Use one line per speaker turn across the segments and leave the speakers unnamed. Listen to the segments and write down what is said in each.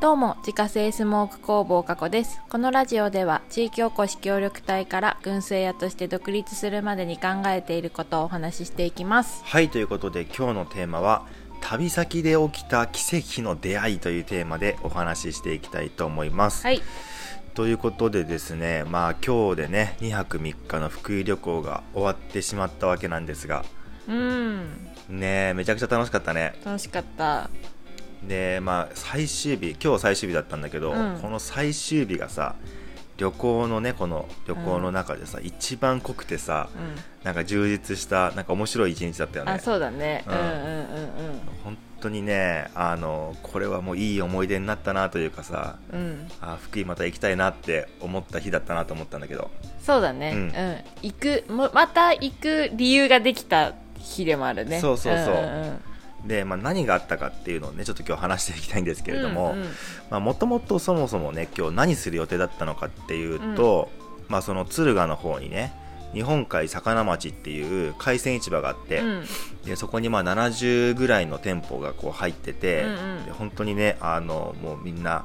どうも、自家製スモーク工房加古です。このラジオでは、地域おこし協力隊から軍製屋として独立するまでに考えていることをお話ししていきます。
はいということで今日のテーマは「旅先で起きた奇跡の出会い」というテーマでお話ししていきたいと思います。
はい。
ということでですねまあ今日でね2泊3日の福井旅行が終わってしまったわけなんですが
うん。
ねえめちゃくちゃ楽しかったね。
楽しかった。
でまあ最終日今日最終日だったんだけど、
うん
この最終日がさ旅行のねこの旅行の中でさ、一番濃くてさ
う
なんか充実したなんか面白い一日だったよ
ん。
ね。
あ、そうだね。う
うんん
うんうん
本当にねあのこれはもういい思い出になったなというかさ
うん。うん。
あ福井また行きたいなって思った日だったなと思ったんだけど
そうだね。
うん
うん。行く、もまた行く理由ができた日でもあるね。
そうそうそうん
んん
で、まあ、何があったかっていうのをねちょっと今日話していきたいんですけれども
うんうん
もともとそもそもね今日何する予定だったのかっていうと、まあ、その敦賀の方にね日本海魚町っていう海鮮市場があって、
うん
でそこにまあ70ぐらいの店舗がこう入ってて、
うんうん
で本当にねあのもうみんな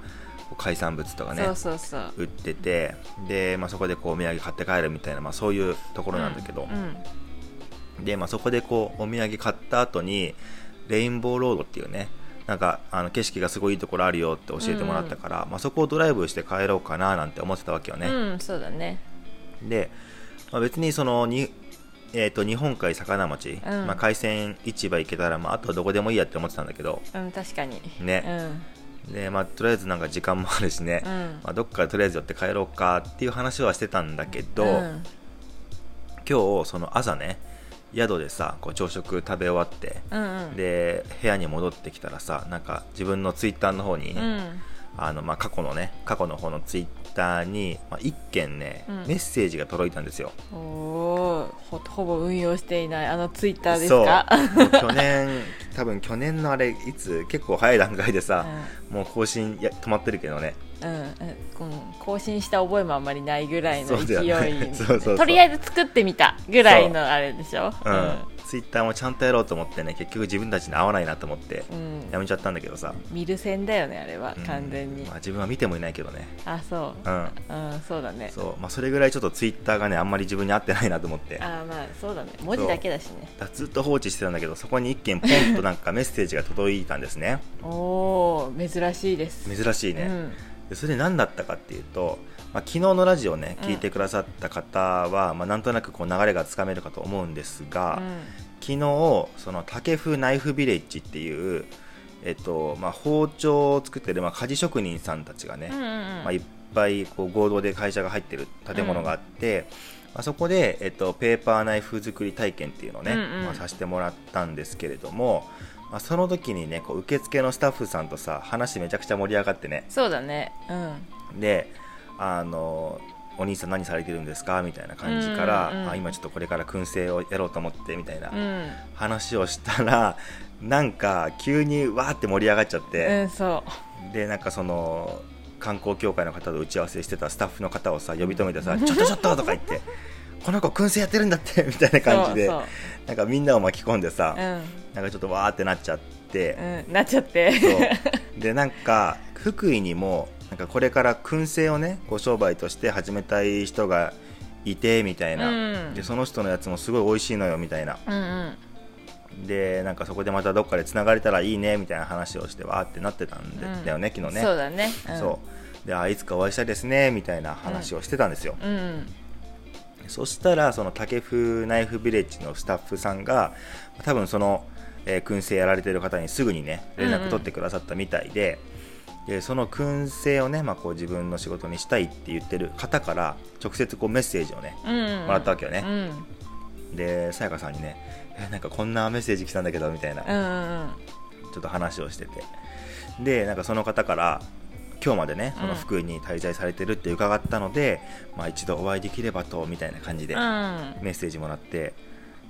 こう海産物とかね
そうそうそう。
売っててで、まあ、そこでこうお土産買って帰るみたいな、まあ、そういうところなんだけど、
うん
でまあ、そこでこうお土産買った後にレインボーロードっていうねなんかあの景色がすごいいいところあるよって教えてもらったから、まあ、そこをドライブして帰ろうかななんて思ってたわけよ
う
ね、
ん、うん、そうだね。
で、まあ、別にそのに、えー、と日本海魚町、
うん
まあ、海鮮市場行けたら、まあ、あとはどこでもいいやって思ってたんだけど
うん、確かに。
ね、でまあ、とりあえずなんか時間もあるしね、
うん。うん。
まあ、どっかとりあえず寄って帰ろうかっていう話はしてたんだけど、
うん
今日その朝ね宿でさこう朝食食べ終わって
うんうん、
で部屋に戻ってきたらさなんか自分のツイッターの方に、
うん、
あのまあ、過去のね過去の方のツイッターに、まあ、1件ね、
うん
メッセージが届いたんですよ
おおほほぼ運用していないあのツイッターです
そう
か
もう去年 多分去年のあれいつ結構早い段階でさ、もう更新や止まってるけどね
うんうんうんうん更新した覚えもあんまりないぐらいの
そう
勢
だ
い、
よね そうそうそう
とりあえず作ってみたぐらいのあれでしょ
うん、ツイッターもちゃんとやろうと思ってね結局自分たちに合わないなと思って
うん、うん
やめちゃったんだけどさ、
見る線だよねあれは
うん
完全に、
まあ、自分は見てもいないけどね
あそう
うん
うんそうだね
そうまあ、それぐらいちょっとツイッターがねあんまり自分に合ってないなと思ってだか
あまあそうだね文字だけだしね
らずっと放置してたんだけどそこに一件ポンとなん かメッセージが届いたんですね
おお珍しいです
珍しいね、
うん
でそれで何だったかっていうと、まあ、昨日のラジオね
うん
聞いてくださった方は、まあ、なんとなくこう流れがつかめるかと思うんです
う
が、
ん
昨日その竹風ナイフビレッジっていう、えっとまあ、包丁を作ってる、まあ、鍛冶職人さんたちがね、
うんうんうん
まあ、いっぱいこう合同で会社が入ってる建物があって、まあ、そこで、えっと、ペーパーナイフ作り体験っていうのをね、
うんうん
まあ、させてもらったんですけれども、まあ、その時にねこう受付のスタッフさんとさ話めちゃくちゃ盛り上がってね
そうだねうん
であのお兄さん何されてるんですかみたいな感じから、
うんうんうん
あ今ちょっとこれから燻製をやろうと思ってみたいな
うん
話をしたらなんか急にわーって盛り上がっちゃって、
うんそう
でなんかその観光協会の方と打ち合わせしてたスタッフの方をさ呼び止めてさ「ちょっとちょっと!」とか言って「この子燻製やってるんだって」みたいな感じで
そう
なんかみんなを巻き込んでさ、
そううん
なんかちょっとわーってなっちゃって、
うん、なっちゃって
そうでなんか福井にもなんかこれから燻製をねご商売として始めたい人がいてみたいな、
うん
でその人のやつもすごい美味しいのよみたいな
うんうん
でなんかそこでまたどっかでつながれたらいいねみたいな話をしてわーってなってたんで、
うん
だよね昨日ね。
そうだね、うん、
そうであいつかお会いしたいですねみたいな話をしてたんですよ、
ううん
そしたらその竹風ナイフビレッジのスタッフさんが多分その、えー燻製やられてる方にすぐにね連絡取ってくださったみたいで,、でその燻製をね、まあ、こう自分の仕事にしたいって言ってる方から直接こうメッセージをね
うん
もらったわけよ
う
ね
ん、うん
でさやかさんにねえなんかこんなメッセージ来たんだけどみたいな、
うんうん
ちょっと話をしててでなんかその方から今日までねその福井に滞在されてるって伺ったので、まあ、一度お会いできればとみたいな感じで
うん
メッセージもらって、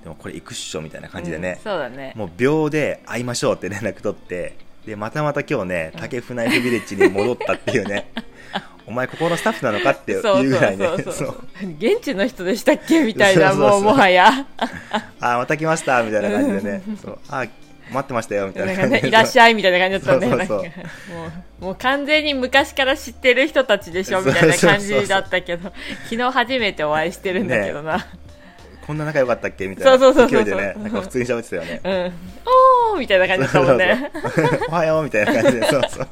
でもこれ行くっしょみたいな感じでね
うん、そうだね
もう秒で会いましょうって連絡取ってでまたまた今日ね竹船イフビレッジに戻ったってい うねお前ここのスタッフなのかっていうぐらいね
そうそうそう
そ
そうう現地の人でしたっけみたいな
そうそうそう
もうもはや
あーまた来ましたみたいな感じでねそうあー待ってましたよみた
な
いなん
か
感じ
ね、
で
いらっしゃいみたいな感じだったね
そうそうそう
なんかもうもう完全に昔から知ってる人たちでしょみたいな感じだったけど昨日初めてお会いしてるんだけどな、
こんな仲良かったっけみたい
そうそ
な
うそうそ
勢
う
いでねなんか普通に喋ってたよね
うんおーみたいな感じだったもんね
そうそうそう おはようみたいな感じでそうそう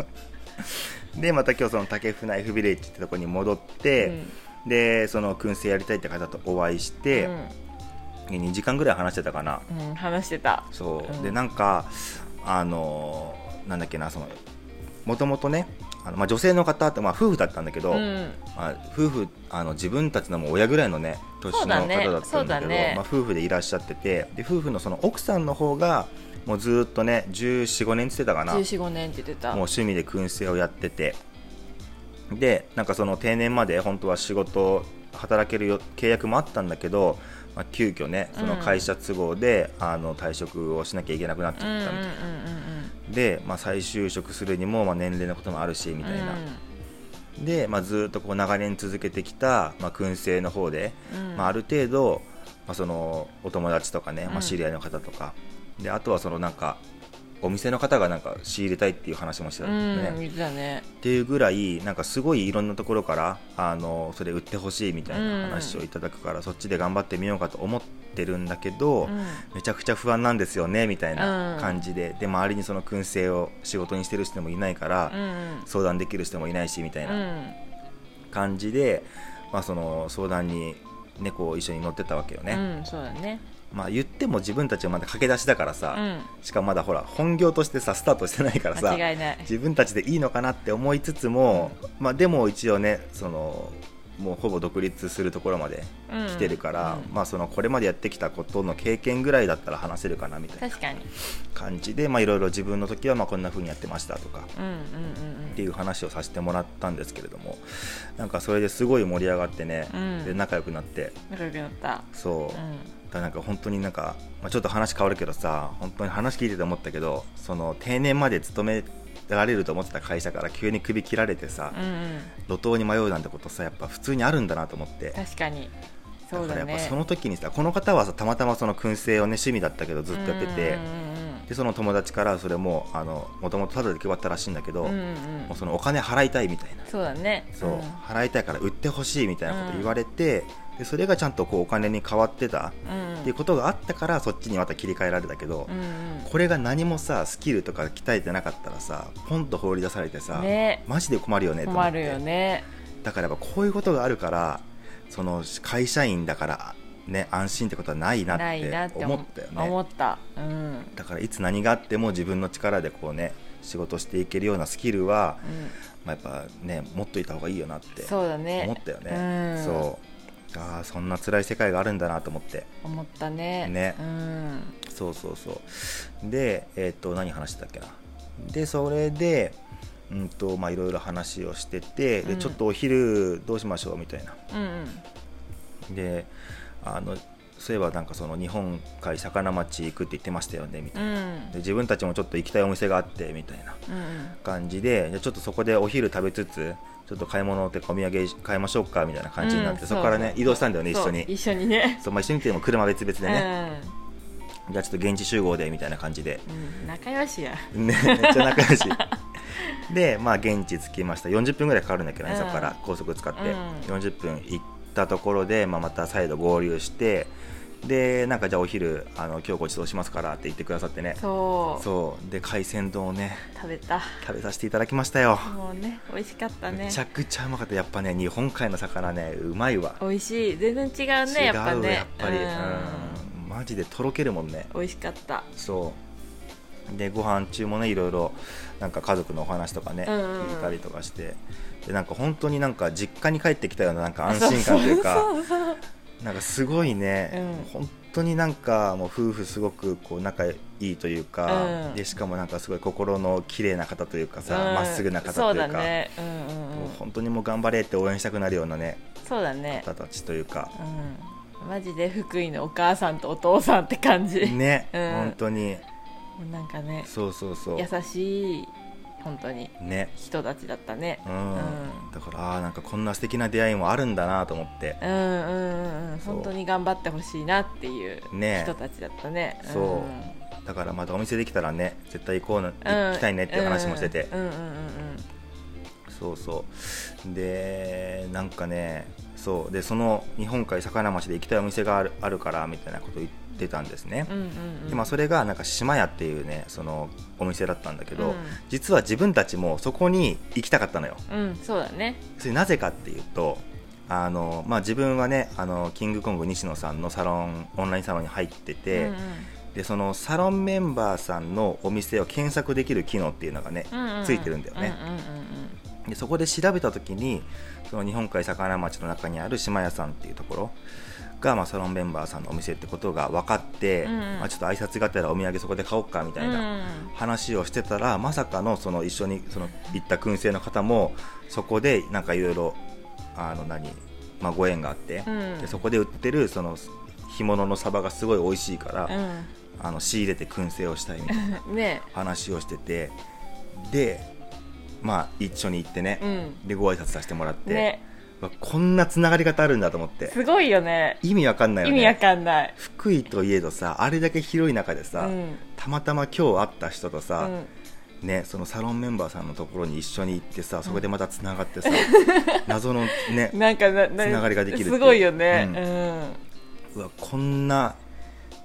でまた今日その竹船ナイフビレッジってとこに戻って、でその燻製やりたいって方とお会いし
う
て、2時間ぐらい話してたかなん
うん、話してた
そう、
うん
でなんかあのーなんだっけなそのもともとねあの、まあ、女性の方って、まあ、夫婦だったんだけど、
うん
まあ、夫婦あの自分たちのもう親ぐらいのね年
そう
の
だ
方
ね
だったんだけ
そうだ
ど
ね
まあ、夫婦でいらっしゃっててで夫婦のその奥さんの方がもうずーっとね1415年って言ってたかなもう
1415年って言ってた
趣味で燻製をやっててでなんかその定年まで本当は仕事働けるよ契約もあったんだけど、まあ、急遽ねその会社都合で、あの退職をしなきゃいけなくなっち
うんうん
ゃ
うんうん
ったみたいな、で、まあ、再就職するにも、まあ、年齢のこともあるしみたいな。で、まあ、ずっとこう長年続けてきた、まあ、燻製の方で、
うん
まあ、ある程度、まあ、そのお友達とかね、ま
うん
あ、知り合いの方とか、であとはそのなんかお店の方がなんか仕入れたいっていう話もしてた
うん
ですね、
ん
っ
言ってたね
ていうぐらいなんかすごいいろんなところからあのそれ売ってほしいみたいな話をいただくから、そっちで頑張ってみようかと思ってるんだけど、
うん
めちゃくちゃ不安なんですよねみたいな
うん
感じで、で周りにその燻製を仕事にしてる人もいないから、
うん
相談できる人もいないしみたいな。
うん
感じで、まあ、その相談に猫を一緒に乗ってたわけよ
う
ね、
んそうだね
まあ言っても自分たちはまだ駆け出しだから
う
さ、
ん
しかもまだほら本業としてさスタートしてないからさ
間違いない
自分たちでいいのかなって思いつつも、まあ、でも一応ねそのもうほぼ独立するところまで来てるから、
うん
まあ、そのこれまでやってきたことの経験ぐらいだったら話せるかなみたいな
確かに
感じでまあいろいろ自分の時はまあこんな風にやってましたとか
うんうん
っ
う
て
ん
いう話をさせてもらったんですけれどもなんかそれですごい盛り上がってね、
うん
で仲良くなって
仲良くなった
そう、
う
だか
ん
らなんか本当になんか、まあ、ちょっと話変わるけどさ本当に話聞いてて思ったけどその定年まで勤められると思ってた会社から急に首切られてさ、
うんうん
路頭に迷うなんてことさやっぱ普通にあるんだなと思って。
確かにそうだ
からやっぱ
ね
その時にさこの方はさたまたまその燻製をね趣味だったけどずっとやっててでその友達からそれももともとただで配ったらしいんだけど、
うんうんうんうん
も
うん
うそのお金払いたいみたいな
そうだね
そう、
うん
払いたいから売ってほしいみたいなこと言われて、でそれがちゃんとこうお金に変わってた
うん
っていうことがあったからそっちにまた切り替えられたけど、
うんうん
これが何もさスキルとか鍛えてなかったらさポンと放り出されてさ、
ね
マジで困るよねと思
困
って
るよね
だからやっぱこういうことがあるからその会社員だから、ね、安心ってことはないな
ないな
っ
ってて
思ったよ
思
ね
ったうん
だからいつ何があっても自分の力でこうね仕事していけるようなスキルは、
うん
まあ、やっぱね持っといた方がいいよなって
そうだ
思っ
ね
たよ
う
ね
ん
そうああそんな辛い世界があるんだなと思って
思ったね
ね
うん
そうそうそうでえっ、と何話してたっけなでそれでうんとまあいろいろ話をしててで
うん
ちょっとお昼どうしましょうみたいな
うんうん
であのそういえばなんかその日本海魚町行くって言ってましたよねみた
う
い
ん
なで自分たちもちょっと行きたいお店があってみたいな
うん
感じでじゃあちょっとそこでお昼食べつつちょっと買い物っていうかお土産買いましょうかみたいな感じになって、
うん
そこからね
そう
移動したんだよね一
そ
緒
う
に
一緒にね
そう、まあ、一緒にっていうのも車別々でね、
うん
じゃあちょっと現地集合でみたいな感じで、
うん仲良しや
ね、 めっちゃ仲良しでまあ現地着きました40分ぐらいかかるんだけどね、
うん
そこから高速使って、
うん
40分行ったところで、まあ、また再度合流してでなんかじゃあお昼あの今日ごちそうしますからって言ってくださってね
そう
そうで海鮮丼をね
食べた
食べさせていただきましたよ
もうね美味しかったね
めちゃくちゃうまかったやっぱね日本海の魚ねうまいわ
美味しい全然違うね
違
や
う
っぱね
やっぱり、
う
うんんマジでとろけるもんね
美味しかった
そうでご飯中もねいろいろなんか家族のお話とかね、
うんうんうん
聞いたりとかしてでなんか本当になんか実家に帰ってきたようななんか安心感というか
そうそう
なんかすごいね、
うん
本当になんかもう夫婦すごくこう仲いいというか、
うん
でしかもなんかすごい心の綺麗な方というかさ
うん
ま、っすぐな方
そう
とい
だ
うか
ねうんうん
も
う
うん本当にもう頑張れって応援したくなるようなね
そうだね
方たちというか
うんマジで福井のお母さんとお父さんって感じ、
ね、
うん
本当に
もうなんかね
そうそうそう
優しい本当に
ね
人たちだったね
うん、
うん
だからあーなんかこんな素敵な出会いもあるんだなと思って
うんうんうんうん
そう
本当に頑張ってほしいなっていう
ね
人たちだったね
そう
うん
だだからまたお店できたらね絶対行こうな、
うん
行きたいねっていう話もしてて、
うんうんうん
そうそうでなんかねそうでその日本海魚町で行きたいお店があるあるからみたいなこと言ってたんですね、
うんうんうんうん
でまあそれがなんか島屋っていうねそのお店だったんだけ
う
ど、
ん
実は自分たちもそこに行きたかったのよ
うんそうだね
それなぜかっていうとあの、まあ、自分はねあのキングコング西野さんのサロンオンラインサロンに入ってて、
うん
でそのサロンメンバーさんのお店を検索できる機能っていうのがね、
うんうう
ついてるんだよね、
うんうん
でそこで調べた時にその日本海魚町の中にある島屋さんっていうところが、まあ、サロンメンバーさんのお店ってことが分かって、
うんうん
まあ、ちょっと挨拶がてらお土産そこで買おうかみた
うんうん
いな、
うん
話をしてたらまさかのその一緒にその行った燻製の方もそこでなんかいろいろあの何、まあ、ご縁があって、
うん
でそこで売ってるその干物のサバがすごい美味しいから、あの仕入れて燻製をしたいみたいな
うんね
話をしててでまあ一緒に行ってね
う、ん
でご挨拶させてもらって、
ね
うわこんなつながり方あるんだと思って
すごいよね
意味わかんない
意
よね
味わかんない
福井といえどさあれだけ広い中でさ、
うん
たまたま今日会った人とさ、
うん
ね、そのサロンメンバーさんのところに一緒に行ってさそこでまたつながってさ、 謎のね
なんかな
つながりができるってい
す
う
ごいよね
うん
う
うわこんな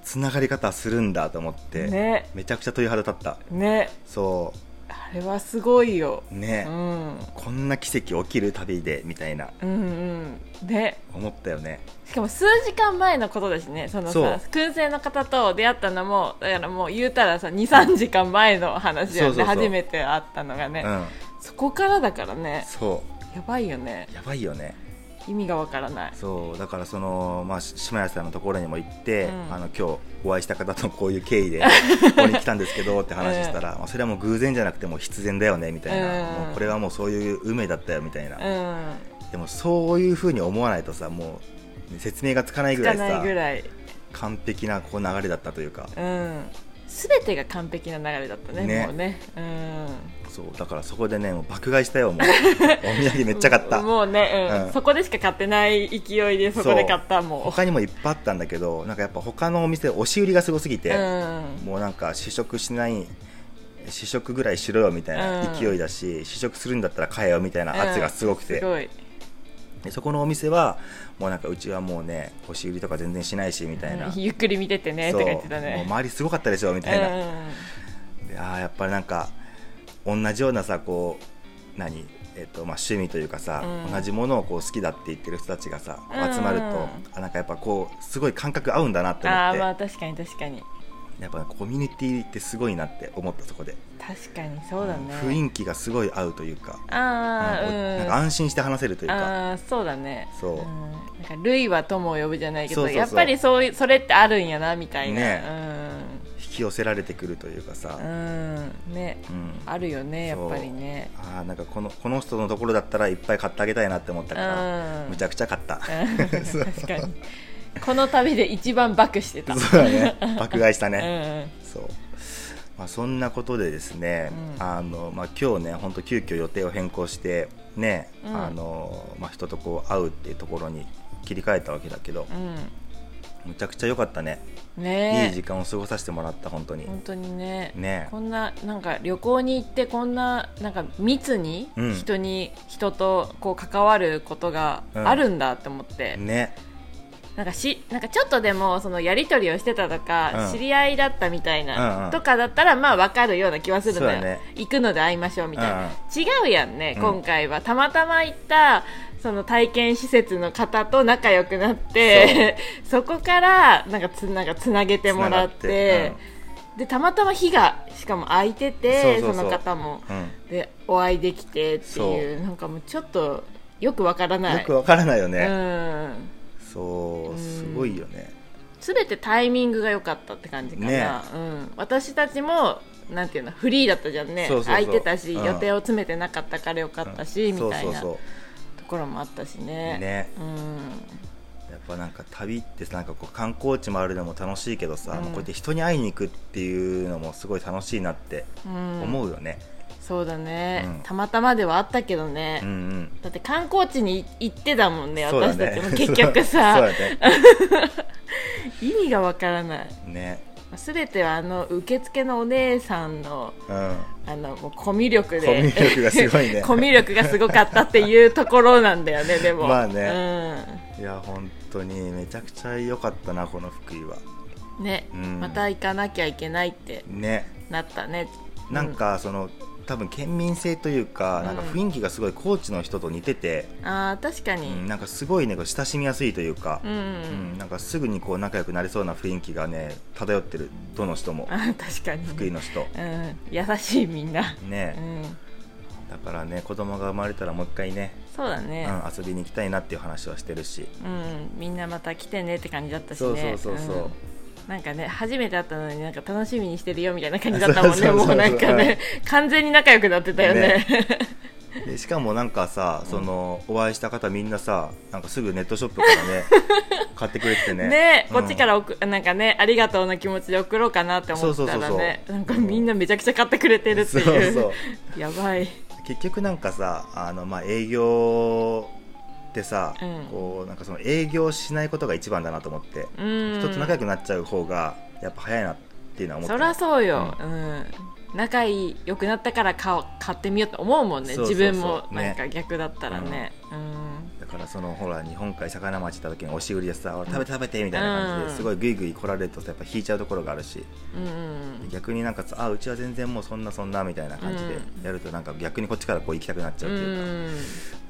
つながり方するんだと思って、
んね
めちゃくちゃ鳥肌立った
ね
そ
あれはすごいよ
う
う
ね、
ん
こんな奇跡起きる旅でみたいな
うんうんね
思ったよね
しかも数時間前のことだしねそのさ
そう
燻製の方と出会ったのもだからもう言うたらさ23時間前の話で、ね、
そうそうそう
初めて会ったのがね、
うん
そこからだからね
そ
やばいよね
うやばいよね
意味がわからない
そうだからその、まあ、し島屋さんのところにも行って、
うん
あの今日お会いした方とこういう経緯 でここに来たんですけどって話したら、まあそれはもう偶然じゃなくてもう必然だよねみたいな、
うん
もうこれはもうそういう運命だったよみたいな、
うん
でもそういうふうに思わないとさもう説明がつかないぐ
つか
らい
ない
さ
ぐらい
完璧なこう流れだったというか
うん全てが完璧な流れだったね
ね
もうねうん
そうだからそこでねもう爆買いした よもうお土産めっちゃ買った
もうね、うん
うん
そこでしか買ってない勢いでそこで買ったも
他にもいっぱいあったんだけどなんかやっぱ他のお店押し売りがすごすぎ
う、
て、
うん、
もうなんか試食しない試食ぐらいしろよみたいな
うん
勢いだし、試食するんだったら買えよみたいな圧がすごくて、
すごい
でそこのお店はもうなんかうちはもうね押し売りとか全然しないしみたいな、
うんゆっくり見ててねと
そ
か
う
言ってた
もう
ね
周りすごかったでしょみたいな、
うん
でああやっぱりなんか同じようなさこう何えっとまあ、趣味というかさ、
うん
同じものをこう好きだって言ってる人たちがさ
うん
集まると、あなんかやっぱこうすごい感覚合うんだなって思っ
ああ
て、
まあ確かに確かに
やっぱコミュニティってすごいなって思ったそこで
確かにそうだね、
雰囲気がすごい合うというか
ああう
う
んん
なんか安心して話せるというか
ああそうだね、
そうん
なんか類は友を呼ぶじゃないけど
そうそうそう
やっぱりそういそれってあるんやなみたいな、
ね引き寄せられてくるというかさ、
うん、うん、ね
うん
あるよねや
そう
っぱりね
あーなんかこのこの人のところだったらいっぱい買ってあげたいなって思ったから、
うん
むちゃくちゃ買った、
うん確かにこの旅で一番バクしてた、
そうだね爆買いした
う
ね、
ん
そう、まあ、そんなことでですね、
うん
あのまあ、今日ね本当急遽予定を変更してね、
うん
あのまあ、人とこう会うっていうところに切り替えたわけだけど
うん
むちゃくちゃ良かったね、
うんね
いい時間を過ごさせてもらった本当に、
本当にね
ね
こんななんか旅行に行ってこんななんか密に
うん
人に、人とこう関わることがあるんだって思って、
ね
なんかしなんかちょっとでもそのやり取りをしてたとか、
うん
知り合いだったみたいな、
うんうん
とかだったらまあ分かるような気はするの
そ
よ、
うだね
行くので会いましょうみたいな、
うんうん
違うやんね、
うん
今回はたまたま行ったその体験施設の方と仲良くなって そこからなんかつなんかつなげてもらって
つながって
でたまたま日がしかも空いてて
そうそうそ
の
う
方も
うんうん
でお会いできてっていうなんかもうちょっとよくわからない
よくわからないよ
う
ね、
ん
そううんすごいよね、
全てタイミングが良かったって感じかな、
ね
うん、私たちもなんていうのフリーだったじゃんね
そうそうそう
空いてたし、
うん
予定を詰めてなかったから良かったし、
うん
みたいな
そう
と
そう
ころもあったし
そう
ね
ね
うん
やっぱなんか旅ってさなんかこう観光地回るのも楽しいけどさ、
うん
もうこうやって人に会いに行くっていうのもすごい楽しいなって
うん、
思うよね、
そうだね、
うん
たまたまではあったけどね、
うん、うん
だって観光地に行ってたもんね
そうだ
私た
ね
ちも結局さ、
そうだね
意味がわからない
ね
全てはあの受付のお姉さんの
うん
あのもうコミュ力で
コミュ力がすごいね
コミュ力がすごかったっていうところなんだよ ねでも
まあねいや本当にめちゃくちゃ良かったなこの福井は
うんね、
うん
また行かなきゃいけないって
ね
なったね
なんかその多分県民性というかなんか雰囲気がすごい高知の人と似てて、
うんあー確かに、
うんなんかすごいねこう親しみやすいというか
う、ん
うんなんかすぐにこう仲良くなれそうな雰囲気がね漂ってるどの人も
あー確かに
福井の人
うん、優しいみんな、う
ね、
ん、
だからね子供が生まれたらもう一回ね、
そうだ
う
ね、
ん、遊びに行きたいなっていう話はしてるし、
うん、みんなまた来てねって感じだったしね
そうそうそうそう、
んなんかね初めて会ったのになんか楽しみにしてるよみたいな感じだったもんね
そうそうそう
もうなんか
は
ね
い
完全に仲良くなってたよね
でしかもなんかさその、お会いした方みんなさなんかすぐネットショップから ね買ってくれててね
ねこっちから送なんかねありがとうの気持ちで送ろうかなって思った
そう
ら
そうそう
ね
そう
なんかみんなめちゃくちゃ買ってくれてるって
そう
いう
そう
やばい
結局なんかさあの、まあ、営業ってさ、
うん
こうなんかその営業しないことが一番だなと思って、
うん
人と仲良くなっちゃう方がやっぱ早いなっていうのは思って
そりゃそうよ、うん仲良くなったから買おう買ってみようと思うもんね
そうそうそう
自分も
ね
なんか逆だったらねうん
だからそのほら日本海魚町行った時に押し売りでさ「俺食べて食べて」みたいな感じ
うん
ですごいグイグイ来られるとさやっぱ引いちゃうところがあるし
うんうん
逆になんかさ「あうちは全然もうそんなそんな」みたいな感じで
う
やるとなんか逆にこっちからこう行きたくなっちゃ
う
うというか。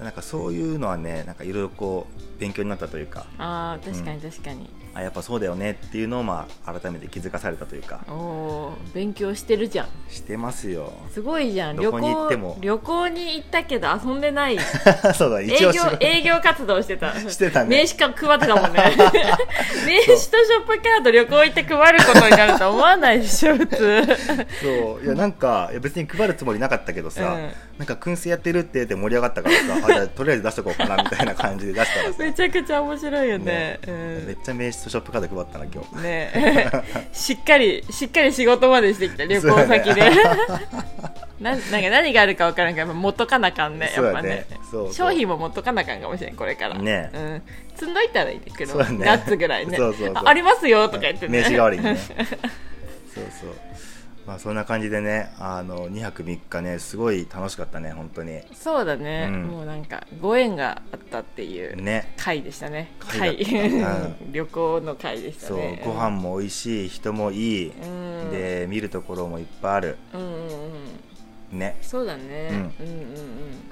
ん
なんかそういうのはねなんかいろいろこう勉強になったというか
あー確かに確かに、
あやっぱそうだよねっていうのをまあ改めて気づかされたというか
おー勉強してるじゃん
してますよ
すごいじゃん
ど
旅
こに行っても
行旅行に行ったけど遊んでない
そうだ
営
一
業
応仕事
営業活動してた
してたね
名刺か配ってた もんね名刺とショップカード旅行行って配ることになると思わないでしょ普 通
そういやなんかいや別に配るつもりなかったけどさ、
うん
なんか燻製やってるって言って盛り上がったからさあじゃあとりあえず出しとこうかなみたいな感じで出したらさ、
めちゃくちゃ面白いよねうん
めっちゃ名刺とショップカード配ったな今日
ね しっかりしっかり仕事までしてきた旅行先で、 ななんか何があるか分からんからやっぱ持っとかなあかんね
そう
やっ
だ
ぱね
ねそうそう
商品も持っとかなあかんかもしれんこれから
ね
うん、積んどいたらいいけど、
そうだね
ナッツぐらいね
そうそうそう
あありますよとか言ってね
名刺代わりにねそうそうまあそんな感じでねあの2泊3日ねすごい楽しかったね本当に
そうだね、
うん
もうなんかご縁があったっていう
ね
回でしたね
回だったう
旅行の回でした
そう
ね
ご飯も美味しい人もいい、
うん
で見るところもいっぱいある
うんうんうん
ね
そうだね、
う
うんうんうん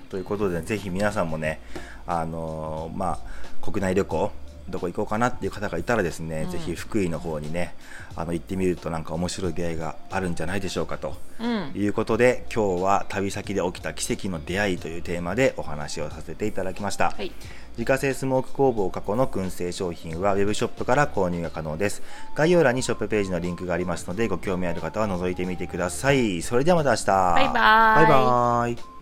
ということでぜひ皆さんもねあのーまあ国内旅行どこ行こうかなっていう方がいたらですね、
うん
ぜひ福井の方にねあの行ってみるとなんか面白い出会いがあるんじゃないでしょうかと
うん
いうことで今日は旅先で起きた奇跡の出会いというテーマでお話をさせていただきました、
はい
自家製スモーク工房過去の燻製商品はウェブショップから購入が可能です概要欄にショップページのリンクがありますのでご興味ある方は覗いてみてくださいそれではまた明日バ
イバーイ
バイバーイ